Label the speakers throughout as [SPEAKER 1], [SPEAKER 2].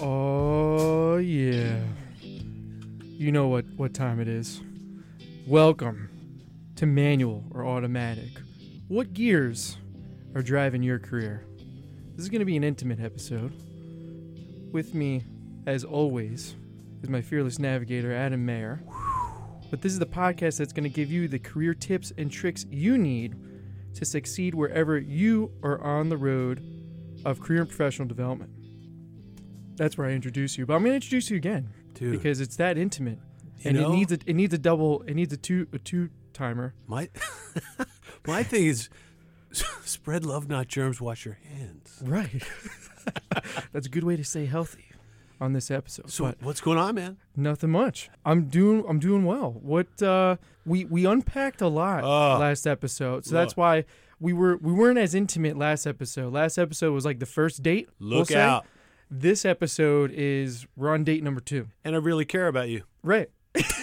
[SPEAKER 1] Oh, you know what, what time it is. Welcome to manual or automatic. What gears are driving your career? This is going to be an intimate episode. With me, as always, is my fearless navigator, Adam Mayer. But this is the podcast that's going to give you the career tips and tricks you need to succeed wherever you are on the road of career and professional development. That's where I introduce you, but I'm going to introduce you again
[SPEAKER 2] Dude,
[SPEAKER 1] because it's that intimate,
[SPEAKER 2] You
[SPEAKER 1] and
[SPEAKER 2] know?
[SPEAKER 1] it needs a, it needs a double, it needs a two a two timer.
[SPEAKER 2] my my thing is spread love, not germs. Wash your hands.
[SPEAKER 1] Right. That's a good way to stay healthy on this episode.
[SPEAKER 2] So
[SPEAKER 1] but
[SPEAKER 2] what's going on, man?
[SPEAKER 1] nothing much. I'm doing I'm doing well. What uh we we unpacked a lot
[SPEAKER 2] Ah.
[SPEAKER 1] last episode. So
[SPEAKER 2] Look.
[SPEAKER 1] that's why we were we weren't as intimate last episode. Last episode was like the first date. we'll
[SPEAKER 2] Look
[SPEAKER 1] say.
[SPEAKER 2] out!
[SPEAKER 1] This episode is we're on date number 2.
[SPEAKER 2] And I really care about you.
[SPEAKER 1] Right.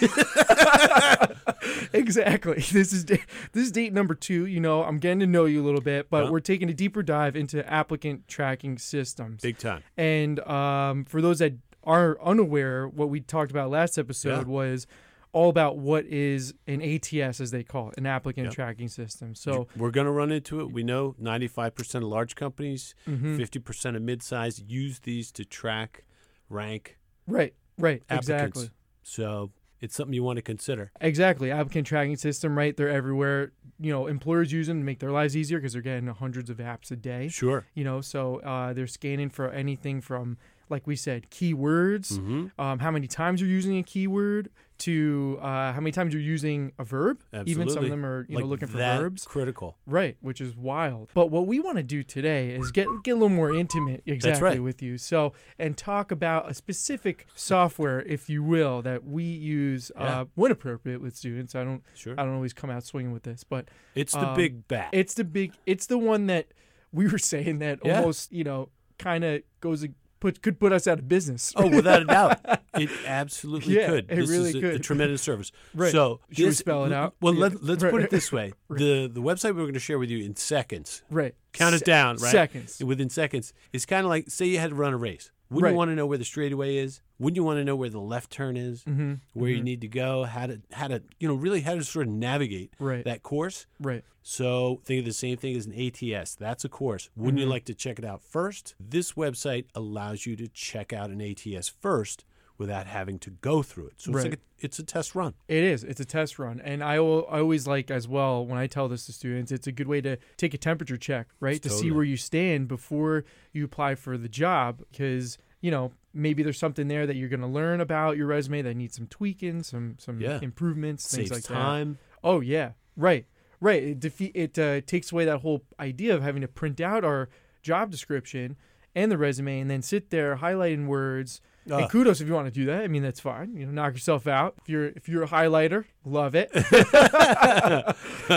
[SPEAKER 1] exactly. This is da- this is date number two. You know, I'm getting to know you a little bit, but
[SPEAKER 2] Yeah.
[SPEAKER 1] we're taking a deeper dive into applicant tracking systems.
[SPEAKER 2] Big time.
[SPEAKER 1] And um, for those that are unaware, what we talked about last episode
[SPEAKER 2] Yeah.
[SPEAKER 1] was all about what is an ATS, as they call it, an applicant tracking system. So
[SPEAKER 2] We're going to run into it. We know 95% of large companies,
[SPEAKER 1] Mm-hmm.
[SPEAKER 2] 50% of mid-size use these to track, rank
[SPEAKER 1] right, right,
[SPEAKER 2] applicants.
[SPEAKER 1] exactly,
[SPEAKER 2] So it's something you want to consider.
[SPEAKER 1] exactly. Applicant tracking system, right? They're everywhere. You know, employers use them to make their lives easier because they're getting hundreds of apps a day.
[SPEAKER 2] Sure.
[SPEAKER 1] you know so uh, they're scanning for anything from like we said keywords
[SPEAKER 2] Hmm. Mm-hmm.
[SPEAKER 1] um, how many times you're using a keyword to uh, how many times you're using a verb even some
[SPEAKER 2] Absolutely.
[SPEAKER 1] of them are you
[SPEAKER 2] like
[SPEAKER 1] know looking for
[SPEAKER 2] that
[SPEAKER 1] verbs
[SPEAKER 2] Critical.
[SPEAKER 1] right which is wild but what we want to do today is get get a little more intimate exactly
[SPEAKER 2] right.
[SPEAKER 1] with you so and talk about a specific software if you will that we use uh,
[SPEAKER 2] Yeah.
[SPEAKER 1] when appropriate with students i don't
[SPEAKER 2] Sure.
[SPEAKER 1] i don't always come out swinging with this but
[SPEAKER 2] It's the
[SPEAKER 1] um,
[SPEAKER 2] big bat.
[SPEAKER 1] it's the big. It's the one that we were saying that
[SPEAKER 2] Yeah.
[SPEAKER 1] almost you know kind of goes put could put us out of business.
[SPEAKER 2] Oh, without a doubt, it absolutely
[SPEAKER 1] Yeah,
[SPEAKER 2] could.
[SPEAKER 1] it
[SPEAKER 2] this
[SPEAKER 1] really
[SPEAKER 2] is a, a
[SPEAKER 1] could.
[SPEAKER 2] tremendous service.
[SPEAKER 1] Right.
[SPEAKER 2] So,
[SPEAKER 1] Should we
[SPEAKER 2] this-
[SPEAKER 1] spell it out?
[SPEAKER 2] Well,
[SPEAKER 1] Yeah.
[SPEAKER 2] let, let's put
[SPEAKER 1] Right.
[SPEAKER 2] it this way: the the website we're going to share with you in seconds,
[SPEAKER 1] right.
[SPEAKER 2] count
[SPEAKER 1] Se-
[SPEAKER 2] it down, right?
[SPEAKER 1] Seconds.
[SPEAKER 2] Within seconds, it's kind of like say you had to run a race. Wouldn't
[SPEAKER 1] Right.
[SPEAKER 2] you want to know where the straightaway is? Wouldn't you want to know where the left turn is?
[SPEAKER 1] Mm-hmm.
[SPEAKER 2] Where you need to go? How to how to you know really how to sort of navigate
[SPEAKER 1] Right.
[SPEAKER 2] that course?
[SPEAKER 1] Right.
[SPEAKER 2] So think of the same thing as an ATS. That's a course. Wouldn't
[SPEAKER 1] Mm-hmm.
[SPEAKER 2] you like to check it out first? This website allows you to check out an ATS first without having to go through it. So
[SPEAKER 1] Right.
[SPEAKER 2] it's like a, it's a test run.
[SPEAKER 1] It is. It's a test run, and I will, I always like as well when I tell this to students. It's a good way to take a temperature check, right, to see
[SPEAKER 2] Totally.
[SPEAKER 1] where you stand before you apply for the job, because you know maybe there's something there that you're going to learn about your resume that needs some tweaking, some some
[SPEAKER 2] Yeah.
[SPEAKER 1] improvements, things
[SPEAKER 2] Saves
[SPEAKER 1] like that.
[SPEAKER 2] time.
[SPEAKER 1] Oh yeah, right, right. It defe- it uh, takes away that whole idea of having to print out our job description and the resume and then sit there highlighting words.
[SPEAKER 2] Ugh.
[SPEAKER 1] And kudos if you want to do that. I mean, that's fine. You know, knock yourself out. If you're if you're a highlighter, love it.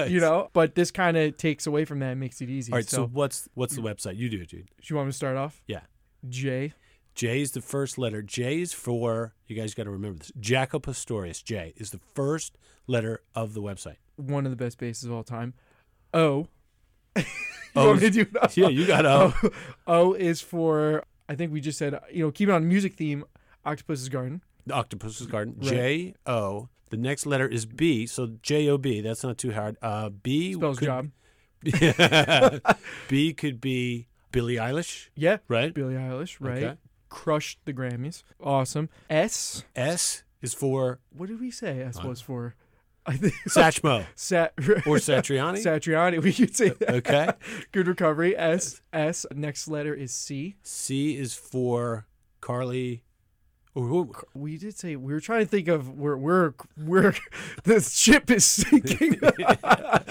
[SPEAKER 1] you know, but this kind of takes away from that, and makes it easy.
[SPEAKER 2] All right. So,
[SPEAKER 1] so,
[SPEAKER 2] what's what's the
[SPEAKER 1] Mm.
[SPEAKER 2] website? You do it, dude.
[SPEAKER 1] do you want me to start off?
[SPEAKER 2] Yeah.
[SPEAKER 1] J.
[SPEAKER 2] J is the first letter. J is for you guys got to remember this. Jaco Pastorius. J is the first letter of the website.
[SPEAKER 1] one of the best bases of all time. O. you
[SPEAKER 2] O
[SPEAKER 1] want me
[SPEAKER 2] is-
[SPEAKER 1] to do it?
[SPEAKER 2] Yeah, you got O.
[SPEAKER 1] O, O is for I think we just said you know keep it on music theme. Octopus's Garden.
[SPEAKER 2] The Octopus's Garden.
[SPEAKER 1] Right.
[SPEAKER 2] J O. The next letter is B. So J O B. That's not too hard. Uh, B
[SPEAKER 1] Spells
[SPEAKER 2] could-
[SPEAKER 1] job.
[SPEAKER 2] B could be Billie Eilish,
[SPEAKER 1] Yeah.
[SPEAKER 2] right?
[SPEAKER 1] Billie Eilish. Right.
[SPEAKER 2] Okay.
[SPEAKER 1] Crushed the Grammys. Awesome. S.
[SPEAKER 2] S is for
[SPEAKER 1] What did we say S was for? I think
[SPEAKER 2] Satchmo
[SPEAKER 1] Sat
[SPEAKER 2] or Satriani.
[SPEAKER 1] Satriani. We could say that.
[SPEAKER 2] okay.
[SPEAKER 1] Good recovery. S S. Next letter is C.
[SPEAKER 2] C is for Carly. Or who?
[SPEAKER 1] We did say we were trying to think of where we're we're the ship is sinking.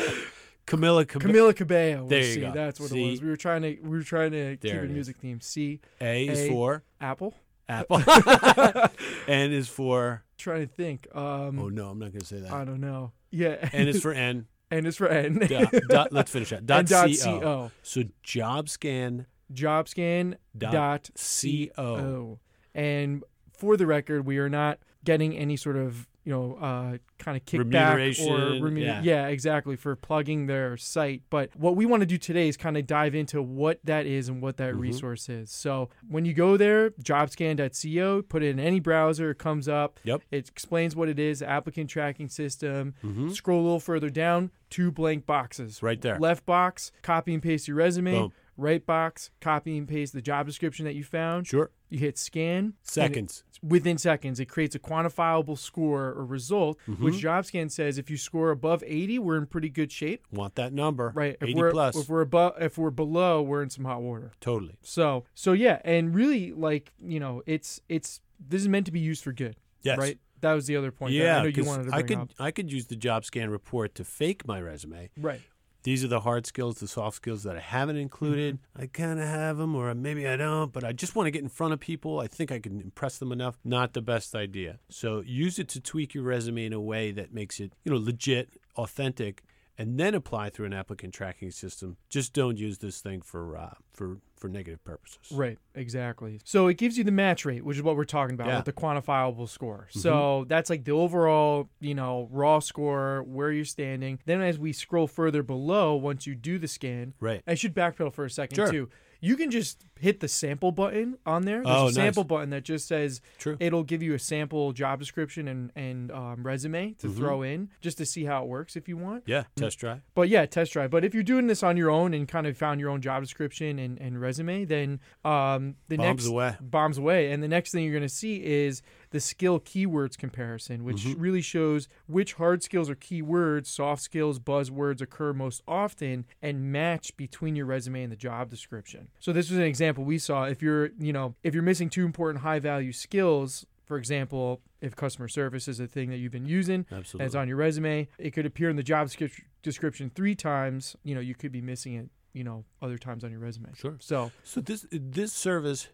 [SPEAKER 2] Camilla. Cam-
[SPEAKER 1] Camila Cabello. was
[SPEAKER 2] There you
[SPEAKER 1] C.
[SPEAKER 2] go.
[SPEAKER 1] That's what it
[SPEAKER 2] C.
[SPEAKER 1] was. We were trying to we were trying to keep
[SPEAKER 2] There
[SPEAKER 1] it
[SPEAKER 2] it is.
[SPEAKER 1] music theme. C
[SPEAKER 2] A is
[SPEAKER 1] A.
[SPEAKER 2] for
[SPEAKER 1] Apple.
[SPEAKER 2] Apple. N is for.
[SPEAKER 1] Trying to think. Um
[SPEAKER 2] Oh no, I'm not going to say that.
[SPEAKER 1] I don't know. Yeah.
[SPEAKER 2] N is for N.
[SPEAKER 1] and it's for N.
[SPEAKER 2] Dot, dot, let's finish that. Dot,
[SPEAKER 1] and dot
[SPEAKER 2] co.
[SPEAKER 1] co.
[SPEAKER 2] So job scan
[SPEAKER 1] Job scan
[SPEAKER 2] Dot
[SPEAKER 1] dot
[SPEAKER 2] co. Oh.
[SPEAKER 1] co. And for the record, we are not getting any sort of you know, uh, kind of kickback or
[SPEAKER 2] Remuneration,
[SPEAKER 1] remun-
[SPEAKER 2] yeah.
[SPEAKER 1] exactly for plugging their site. But what we want to do today is kind of dive into what that is and what that
[SPEAKER 2] Mm-hmm.
[SPEAKER 1] resource is. So when you go there, jobscan.co, put it in any browser, it comes up.
[SPEAKER 2] Yep.
[SPEAKER 1] It explains what it is, applicant tracking system. Scroll a little further down, two blank boxes.
[SPEAKER 2] Mm-hmm. right there.
[SPEAKER 1] Left box, copy and paste your resume.
[SPEAKER 2] Boom.
[SPEAKER 1] Right box, copy and paste the job description that you found.
[SPEAKER 2] Sure.
[SPEAKER 1] You hit scan. and it-
[SPEAKER 2] Seconds.
[SPEAKER 1] within seconds. It creates a quantifiable score or result,
[SPEAKER 2] Mm-hmm.
[SPEAKER 1] which JobScan says if you score above 80, we're in pretty good shape.
[SPEAKER 2] Want that number.
[SPEAKER 1] Right. If
[SPEAKER 2] 80
[SPEAKER 1] we're
[SPEAKER 2] plus.
[SPEAKER 1] if we're above if we're below, we're in some hot water.
[SPEAKER 2] totally.
[SPEAKER 1] So so yeah, and really like, you know, it's it's this is meant to be used for good.
[SPEAKER 2] Yes.
[SPEAKER 1] Right? That was the other point that I
[SPEAKER 2] Yeah,
[SPEAKER 1] know you
[SPEAKER 2] 'cause
[SPEAKER 1] wanted to
[SPEAKER 2] I
[SPEAKER 1] bring
[SPEAKER 2] could
[SPEAKER 1] up.
[SPEAKER 2] I could use the job scan report to fake my resume.
[SPEAKER 1] Right.
[SPEAKER 2] These are the hard skills, the soft skills that I haven't included.
[SPEAKER 1] Mm-hmm.
[SPEAKER 2] I kind of have them, or maybe I don't, but I just want to get in front of people. I think I can impress them enough. Not the best idea. So use it to tweak your resume in a way that makes it, you know, legit, authentic, and then apply through an applicant tracking system. Just don't use this thing for uh, for for negative purposes.
[SPEAKER 1] Right, exactly. So it gives you the match rate, which is what we're talking about
[SPEAKER 2] Yeah. Mm-hmm.
[SPEAKER 1] with the quantifiable score. So that's like the overall, you know, raw score, where you're standing. Then as we scroll further below, once you do the scan,
[SPEAKER 2] Right.
[SPEAKER 1] I should backpedal for a second
[SPEAKER 2] Sure.
[SPEAKER 1] too. You can just hit the sample button on there. There's
[SPEAKER 2] Oh,
[SPEAKER 1] a
[SPEAKER 2] nice.
[SPEAKER 1] sample button that just says
[SPEAKER 2] True.
[SPEAKER 1] it'll give you a sample job description and and um, resume
[SPEAKER 2] Mm-hmm.
[SPEAKER 1] to throw in just to see how it works if you want.
[SPEAKER 2] Yeah. Test drive.
[SPEAKER 1] But yeah, test drive. But if you're doing this on your own and kind of found your own job description and, and resume, then um, the
[SPEAKER 2] Bombs
[SPEAKER 1] next
[SPEAKER 2] away.
[SPEAKER 1] bombs away. And the next thing you're going to see is the skill keywords comparison, which
[SPEAKER 2] Mm-hmm.
[SPEAKER 1] really shows which hard skills or keywords, soft skills, buzzwords occur most often and match between your resume and the job description. So this was an example we saw. If you're, you know, if you're missing two important high value skills, for example, if customer service is a thing that you've been using,
[SPEAKER 2] Absolutely.
[SPEAKER 1] that's on your resume. It could appear in the job descri- description three times. You know, you could be missing it. You know, other times on your resume.
[SPEAKER 2] Sure.
[SPEAKER 1] So
[SPEAKER 2] So this this service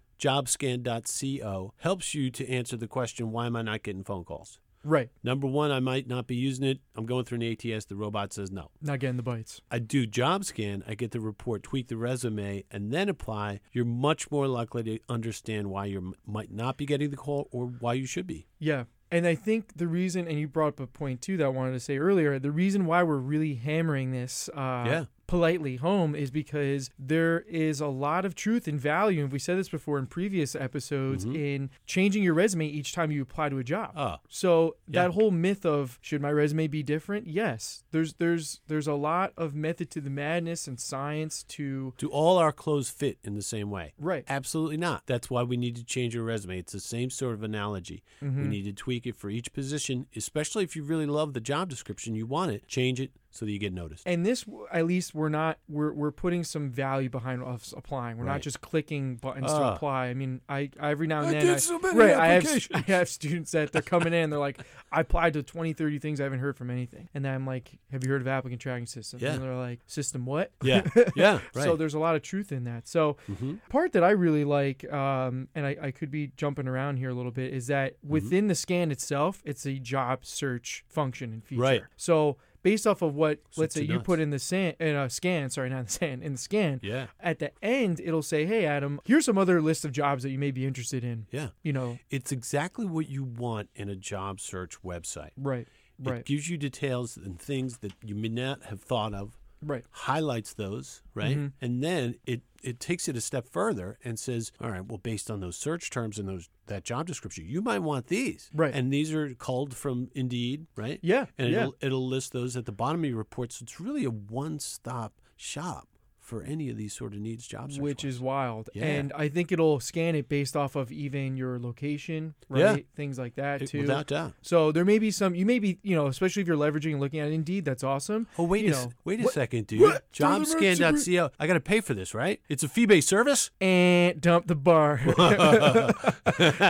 [SPEAKER 2] jobscan.co helps you to answer the question why am I not getting phone calls?
[SPEAKER 1] right,
[SPEAKER 2] Number 1, I might not be using it. I'm going through an ATS, the robot says no.
[SPEAKER 1] not getting the bites.
[SPEAKER 2] I do job scan, I get the report, tweak the resume and then apply. You're much more likely to understand why you might not be getting the call or why you should be.
[SPEAKER 1] Yeah. And I think the reason, and you brought up a point too that I wanted to say earlier, the reason why we're really hammering this uh,
[SPEAKER 2] Yeah.
[SPEAKER 1] politely home is because there is a lot of truth and value, and we said this before in previous episodes,
[SPEAKER 2] Mm-hmm.
[SPEAKER 1] in changing your resume each time you apply to a job.
[SPEAKER 2] Oh,
[SPEAKER 1] So
[SPEAKER 2] Yeah.
[SPEAKER 1] that whole myth of should my resume be different? Yes. There's there's there's a lot of method to the madness and science to
[SPEAKER 2] do all our clothes fit in the same way?
[SPEAKER 1] right.
[SPEAKER 2] Absolutely not. That's why we need to change your resume. It's the same sort of analogy. We
[SPEAKER 1] Mm-hmm.
[SPEAKER 2] need to tweak it for each position, especially if you really love the job description you want it. Change it so that you get noticed.
[SPEAKER 1] And this w- at least we're not we're we're putting some value behind us applying. We're not
[SPEAKER 2] Right.
[SPEAKER 1] just clicking buttons to
[SPEAKER 2] Ah.
[SPEAKER 1] apply. I mean, I, I every now and
[SPEAKER 2] I
[SPEAKER 1] then
[SPEAKER 2] did
[SPEAKER 1] I,
[SPEAKER 2] so many
[SPEAKER 1] right, I have s- I
[SPEAKER 2] applications.
[SPEAKER 1] have students that they're coming in and they're like I applied to 20 30 things I haven't heard from anything. And then I'm like, have you heard of applicant tracking system?
[SPEAKER 2] Yeah.
[SPEAKER 1] And they're like, system what?
[SPEAKER 2] Yeah, yeah, right. Mm-hmm.
[SPEAKER 1] So there's a lot of truth in that. So part that I really like, um, and I, I could be jumping around here a little bit, is that
[SPEAKER 2] Mm-hmm.
[SPEAKER 1] within the scan itself, it's a job search function and feature.
[SPEAKER 2] Right.
[SPEAKER 1] So based off of what, let's
[SPEAKER 2] two
[SPEAKER 1] say you
[SPEAKER 2] dots.
[SPEAKER 1] put in the san- in a scan, sorry, not in the sand, in the scan.
[SPEAKER 2] yeah,
[SPEAKER 1] At the end, it'll say, "Hey, Adam, here's some other list of jobs that you may be interested in."
[SPEAKER 2] yeah.
[SPEAKER 1] You know,
[SPEAKER 2] It's exactly what you want in a job search website.
[SPEAKER 1] right,
[SPEAKER 2] It
[SPEAKER 1] right,
[SPEAKER 2] gives you details and things that you may not have thought of,
[SPEAKER 1] right,
[SPEAKER 2] highlights those, right?
[SPEAKER 1] Mm-hmm.
[SPEAKER 2] And then it it takes it a step further and says, all right, well, based on those search terms and those that job description, you might want these,
[SPEAKER 1] Right.
[SPEAKER 2] And these are culled from Indeed, right?
[SPEAKER 1] Yeah,
[SPEAKER 2] and
[SPEAKER 1] yeah.
[SPEAKER 2] it'll it'll list those at the bottom of your report. So it's really a one stop shop for any of these sort of needs job search.
[SPEAKER 1] which
[SPEAKER 2] ones.
[SPEAKER 1] is wild.
[SPEAKER 2] Yeah.
[SPEAKER 1] And I think it'll scan it based off of even your location, right?
[SPEAKER 2] Yeah.
[SPEAKER 1] Things like that
[SPEAKER 2] It-
[SPEAKER 1] too.
[SPEAKER 2] without doubt.
[SPEAKER 1] So there may be some. You may be, you know, especially if you're leveraging and looking at Indeed. That's awesome.
[SPEAKER 2] Oh wait
[SPEAKER 1] you
[SPEAKER 2] a s-
[SPEAKER 1] know.
[SPEAKER 2] wait a
[SPEAKER 1] What?
[SPEAKER 2] second, dude.
[SPEAKER 1] What?
[SPEAKER 2] Jobscan.co. I got to pay for this, right? It's a fee based service.
[SPEAKER 1] And dump the bar.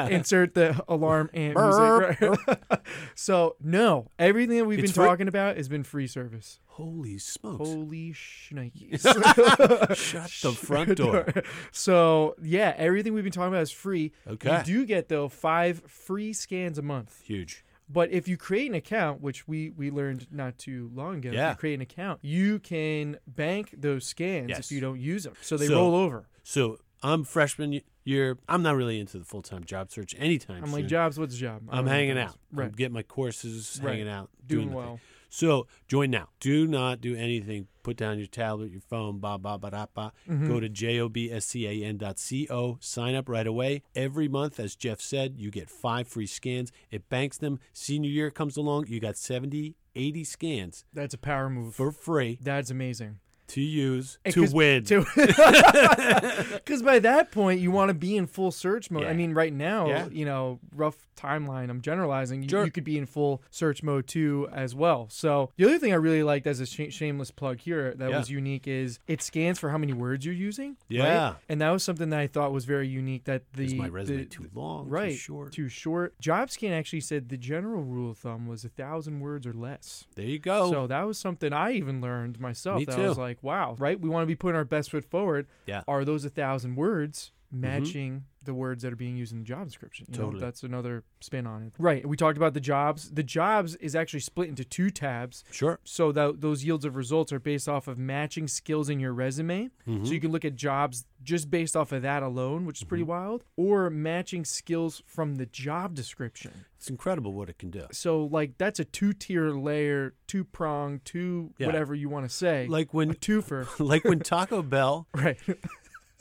[SPEAKER 1] Insert the alarm and music. right? so no, everything that we've
[SPEAKER 2] It's
[SPEAKER 1] been
[SPEAKER 2] free.
[SPEAKER 1] talking about has been free service.
[SPEAKER 2] Holy smokes!
[SPEAKER 1] Holy shnikes.
[SPEAKER 2] Shut the front door.
[SPEAKER 1] so yeah, everything we've been talking about is free.
[SPEAKER 2] Okay.
[SPEAKER 1] You do get though five free scans a month.
[SPEAKER 2] Huge.
[SPEAKER 1] But if you create an account, which we we learned not too long ago, if
[SPEAKER 2] Yeah.
[SPEAKER 1] you create an account, you can bank those scans
[SPEAKER 2] Yes.
[SPEAKER 1] if you don't use them. So they
[SPEAKER 2] So-
[SPEAKER 1] roll over.
[SPEAKER 2] So I'm freshman y- year. I'm not really into the full time job search anytime
[SPEAKER 1] I'm
[SPEAKER 2] soon.
[SPEAKER 1] like, jobs, what's job? I don't
[SPEAKER 2] I'm
[SPEAKER 1] know what
[SPEAKER 2] hanging
[SPEAKER 1] that is.
[SPEAKER 2] out. I'm
[SPEAKER 1] Right.
[SPEAKER 2] getting my courses,
[SPEAKER 1] Right.
[SPEAKER 2] hanging out,
[SPEAKER 1] Doing,
[SPEAKER 2] the thing.
[SPEAKER 1] well.
[SPEAKER 2] So join now. Do not do anything. Put down your tablet, your phone, ba ba ba da ba.
[SPEAKER 1] Mm-hmm.
[SPEAKER 2] Go to jobscan dot co. Sign up right away. Every month, as Jeff said, you get five free scans. It banks them. Senior year comes along, you got 70, 80 scans
[SPEAKER 1] That's a power move.
[SPEAKER 2] for free
[SPEAKER 1] That's amazing.
[SPEAKER 2] to use
[SPEAKER 1] And
[SPEAKER 2] to
[SPEAKER 1] 'cause-
[SPEAKER 2] win.
[SPEAKER 1] Because by that point, you want to be in full search mode.
[SPEAKER 2] Yeah.
[SPEAKER 1] I mean, right now,
[SPEAKER 2] Yeah.
[SPEAKER 1] you know, rough timeline, I'm generalizing, you,
[SPEAKER 2] Sure.
[SPEAKER 1] you could be in full search mode too as well. So the other thing I really liked as a sh- shameless plug here that
[SPEAKER 2] Yeah.
[SPEAKER 1] was unique is it scans for how many words you're using. right?
[SPEAKER 2] Yeah.
[SPEAKER 1] And that was something that I thought was very unique that the.
[SPEAKER 2] Is my resume
[SPEAKER 1] the-
[SPEAKER 2] too long?
[SPEAKER 1] Right,
[SPEAKER 2] Too short?
[SPEAKER 1] Too short. JobScan actually said the general rule of thumb was a thousand words or less.
[SPEAKER 2] there you go.
[SPEAKER 1] So that was something I even learned myself.
[SPEAKER 2] Oh. Me
[SPEAKER 1] that I was
[SPEAKER 2] too.
[SPEAKER 1] like, wow, right? We want to be putting our best foot forward.
[SPEAKER 2] Yeah. Mm-hmm.
[SPEAKER 1] Are those a thousand words matching the words that are being used in the job description? You know,
[SPEAKER 2] Totally.
[SPEAKER 1] that's another spin on it. Right. We talked about the jobs. The jobs is actually split into two tabs.
[SPEAKER 2] sure.
[SPEAKER 1] So that those yields of results are based off of matching skills in your resume.
[SPEAKER 2] Mm-hmm.
[SPEAKER 1] So you can look at jobs just based off of that alone, which is pretty
[SPEAKER 2] Mm-hmm.
[SPEAKER 1] wild, or matching skills from the job description
[SPEAKER 2] It's incredible what it can do.
[SPEAKER 1] so like that's a two tier layer, two prong, two
[SPEAKER 2] Yeah.
[SPEAKER 1] whatever you want to say,
[SPEAKER 2] Like
[SPEAKER 1] a
[SPEAKER 2] when,
[SPEAKER 1] twofer,
[SPEAKER 2] like when Taco Bell
[SPEAKER 1] right?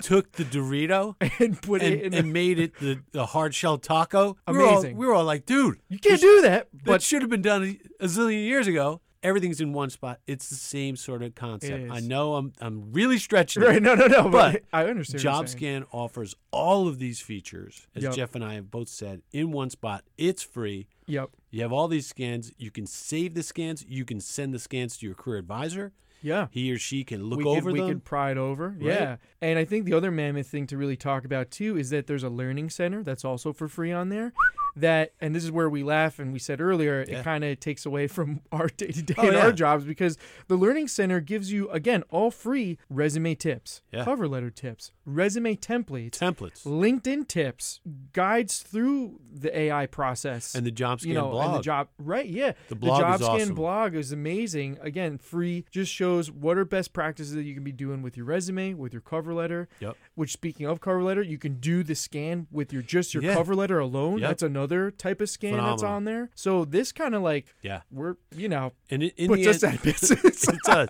[SPEAKER 2] took the Dorito
[SPEAKER 1] and put it in.
[SPEAKER 2] and,
[SPEAKER 1] a-
[SPEAKER 2] and made it the, the hard shell taco. We were all-
[SPEAKER 1] Amazing.
[SPEAKER 2] we were all like, dude,
[SPEAKER 1] you can't do that,
[SPEAKER 2] that
[SPEAKER 1] but
[SPEAKER 2] should have been done a zillion years ago. Everything's in one spot. It's the same sort of
[SPEAKER 1] It
[SPEAKER 2] concept. I
[SPEAKER 1] is.
[SPEAKER 2] know I'm I'm really stretching. it.
[SPEAKER 1] right? No, no, no.
[SPEAKER 2] But
[SPEAKER 1] But, I understand. what you're saying.
[SPEAKER 2] JobScan offers all of these features, as
[SPEAKER 1] Yep.
[SPEAKER 2] Jeff and I have both said, in one spot. It's free.
[SPEAKER 1] Yep.
[SPEAKER 2] You have all these scans. You can save the scans. You can send the scans to your career advisor.
[SPEAKER 1] Yeah.
[SPEAKER 2] He or she can look
[SPEAKER 1] we
[SPEAKER 2] over
[SPEAKER 1] could,
[SPEAKER 2] them.
[SPEAKER 1] We could pry it over. Yeah. And I think the other mammoth thing to really talk about too is that there's a learning center that's also for free on there. That and this is where we laugh and we said earlier
[SPEAKER 2] Yeah.
[SPEAKER 1] it kind of takes away from our day to day
[SPEAKER 2] Oh,
[SPEAKER 1] and
[SPEAKER 2] yeah.
[SPEAKER 1] our jobs because the learning center gives you again all free resume tips,
[SPEAKER 2] Yeah.
[SPEAKER 1] cover letter tips, resume templates,
[SPEAKER 2] Templates
[SPEAKER 1] LinkedIn tips, guides through the AI process
[SPEAKER 2] and the JobScan
[SPEAKER 1] you know,
[SPEAKER 2] blog.
[SPEAKER 1] and the job right, yeah.
[SPEAKER 2] The blog
[SPEAKER 1] JobScan
[SPEAKER 2] is awesome.
[SPEAKER 1] blog is amazing. Again, free, just shows what are best practices that you can be doing with your resume, with your cover letter.
[SPEAKER 2] Yep.
[SPEAKER 1] Which speaking of cover letter, you can do the scan with your just your
[SPEAKER 2] Yeah.
[SPEAKER 1] cover letter alone.
[SPEAKER 2] Yep.
[SPEAKER 1] That's another type of scan that's
[SPEAKER 2] Phenomenal.
[SPEAKER 1] on there. So this kind of like
[SPEAKER 2] yeah,
[SPEAKER 1] we're you know
[SPEAKER 2] and in, in
[SPEAKER 1] puts
[SPEAKER 2] the
[SPEAKER 1] us
[SPEAKER 2] end,
[SPEAKER 1] at business.
[SPEAKER 2] it does.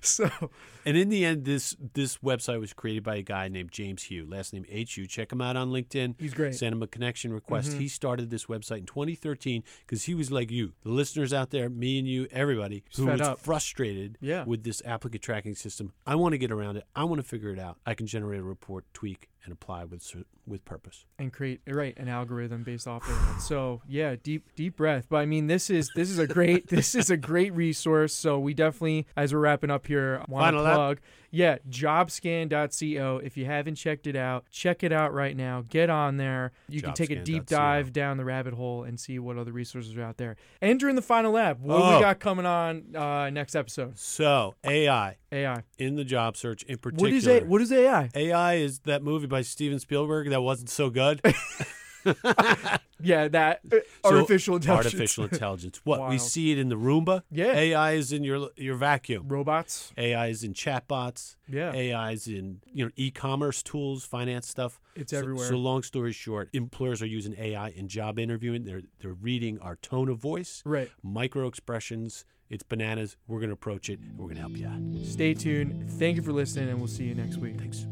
[SPEAKER 1] so
[SPEAKER 2] And in the end, this this website was created by a guy named James Hugh, last name H U. Check him out on LinkedIn.
[SPEAKER 1] He's great. Mm-hmm.
[SPEAKER 2] Send him a connection request. He started this website in 2013 because he was like you, the listeners out there, me and you, everybody who
[SPEAKER 1] fed
[SPEAKER 2] was
[SPEAKER 1] up.
[SPEAKER 2] frustrated
[SPEAKER 1] Yeah.
[SPEAKER 2] with this applicant tracking system. I want to get around it. I want to figure it out. I can generate a report, tweak, and apply with cer- with purpose.
[SPEAKER 1] and create right an algorithm based off of that. So yeah, deep deep breath. But I mean, this is this is a great this is a great resource. So we definitely, as we're wrapping up here, want to
[SPEAKER 2] Final lap.
[SPEAKER 1] plug. Yeah, jobscan.co. If you haven't checked it out, check it out right now. Get on there. You can take a deep
[SPEAKER 2] Jobscan.co.
[SPEAKER 1] dive down the rabbit hole and see what other resources are out there. And during the final lab, what do
[SPEAKER 2] Oh.
[SPEAKER 1] we got coming on uh, next episode?
[SPEAKER 2] So AI
[SPEAKER 1] AI.
[SPEAKER 2] in the job search in particular.
[SPEAKER 1] What is a, what is AI?
[SPEAKER 2] AI is that movie by Steven Spielberg that wasn't so good.
[SPEAKER 1] Yeah, that uh,
[SPEAKER 2] So,
[SPEAKER 1] artificial intelligence.
[SPEAKER 2] Artificial intelligence. What we
[SPEAKER 1] Wild.
[SPEAKER 2] see it in the Roomba.
[SPEAKER 1] Yeah.
[SPEAKER 2] AI is in your your vacuum.
[SPEAKER 1] robots.
[SPEAKER 2] AI is in chatbots.
[SPEAKER 1] Yeah.
[SPEAKER 2] AI is in you know e-commerce tools, finance stuff.
[SPEAKER 1] It's
[SPEAKER 2] So-
[SPEAKER 1] everywhere.
[SPEAKER 2] So long story short, employers are using AI in job interviewing. They're they're reading our tone of voice,
[SPEAKER 1] Right.
[SPEAKER 2] micro expressions. It's bananas. We're gonna approach it. and We're gonna help you out.
[SPEAKER 1] Stay tuned. Thank you for listening, and we'll see you next week.
[SPEAKER 2] Thanks.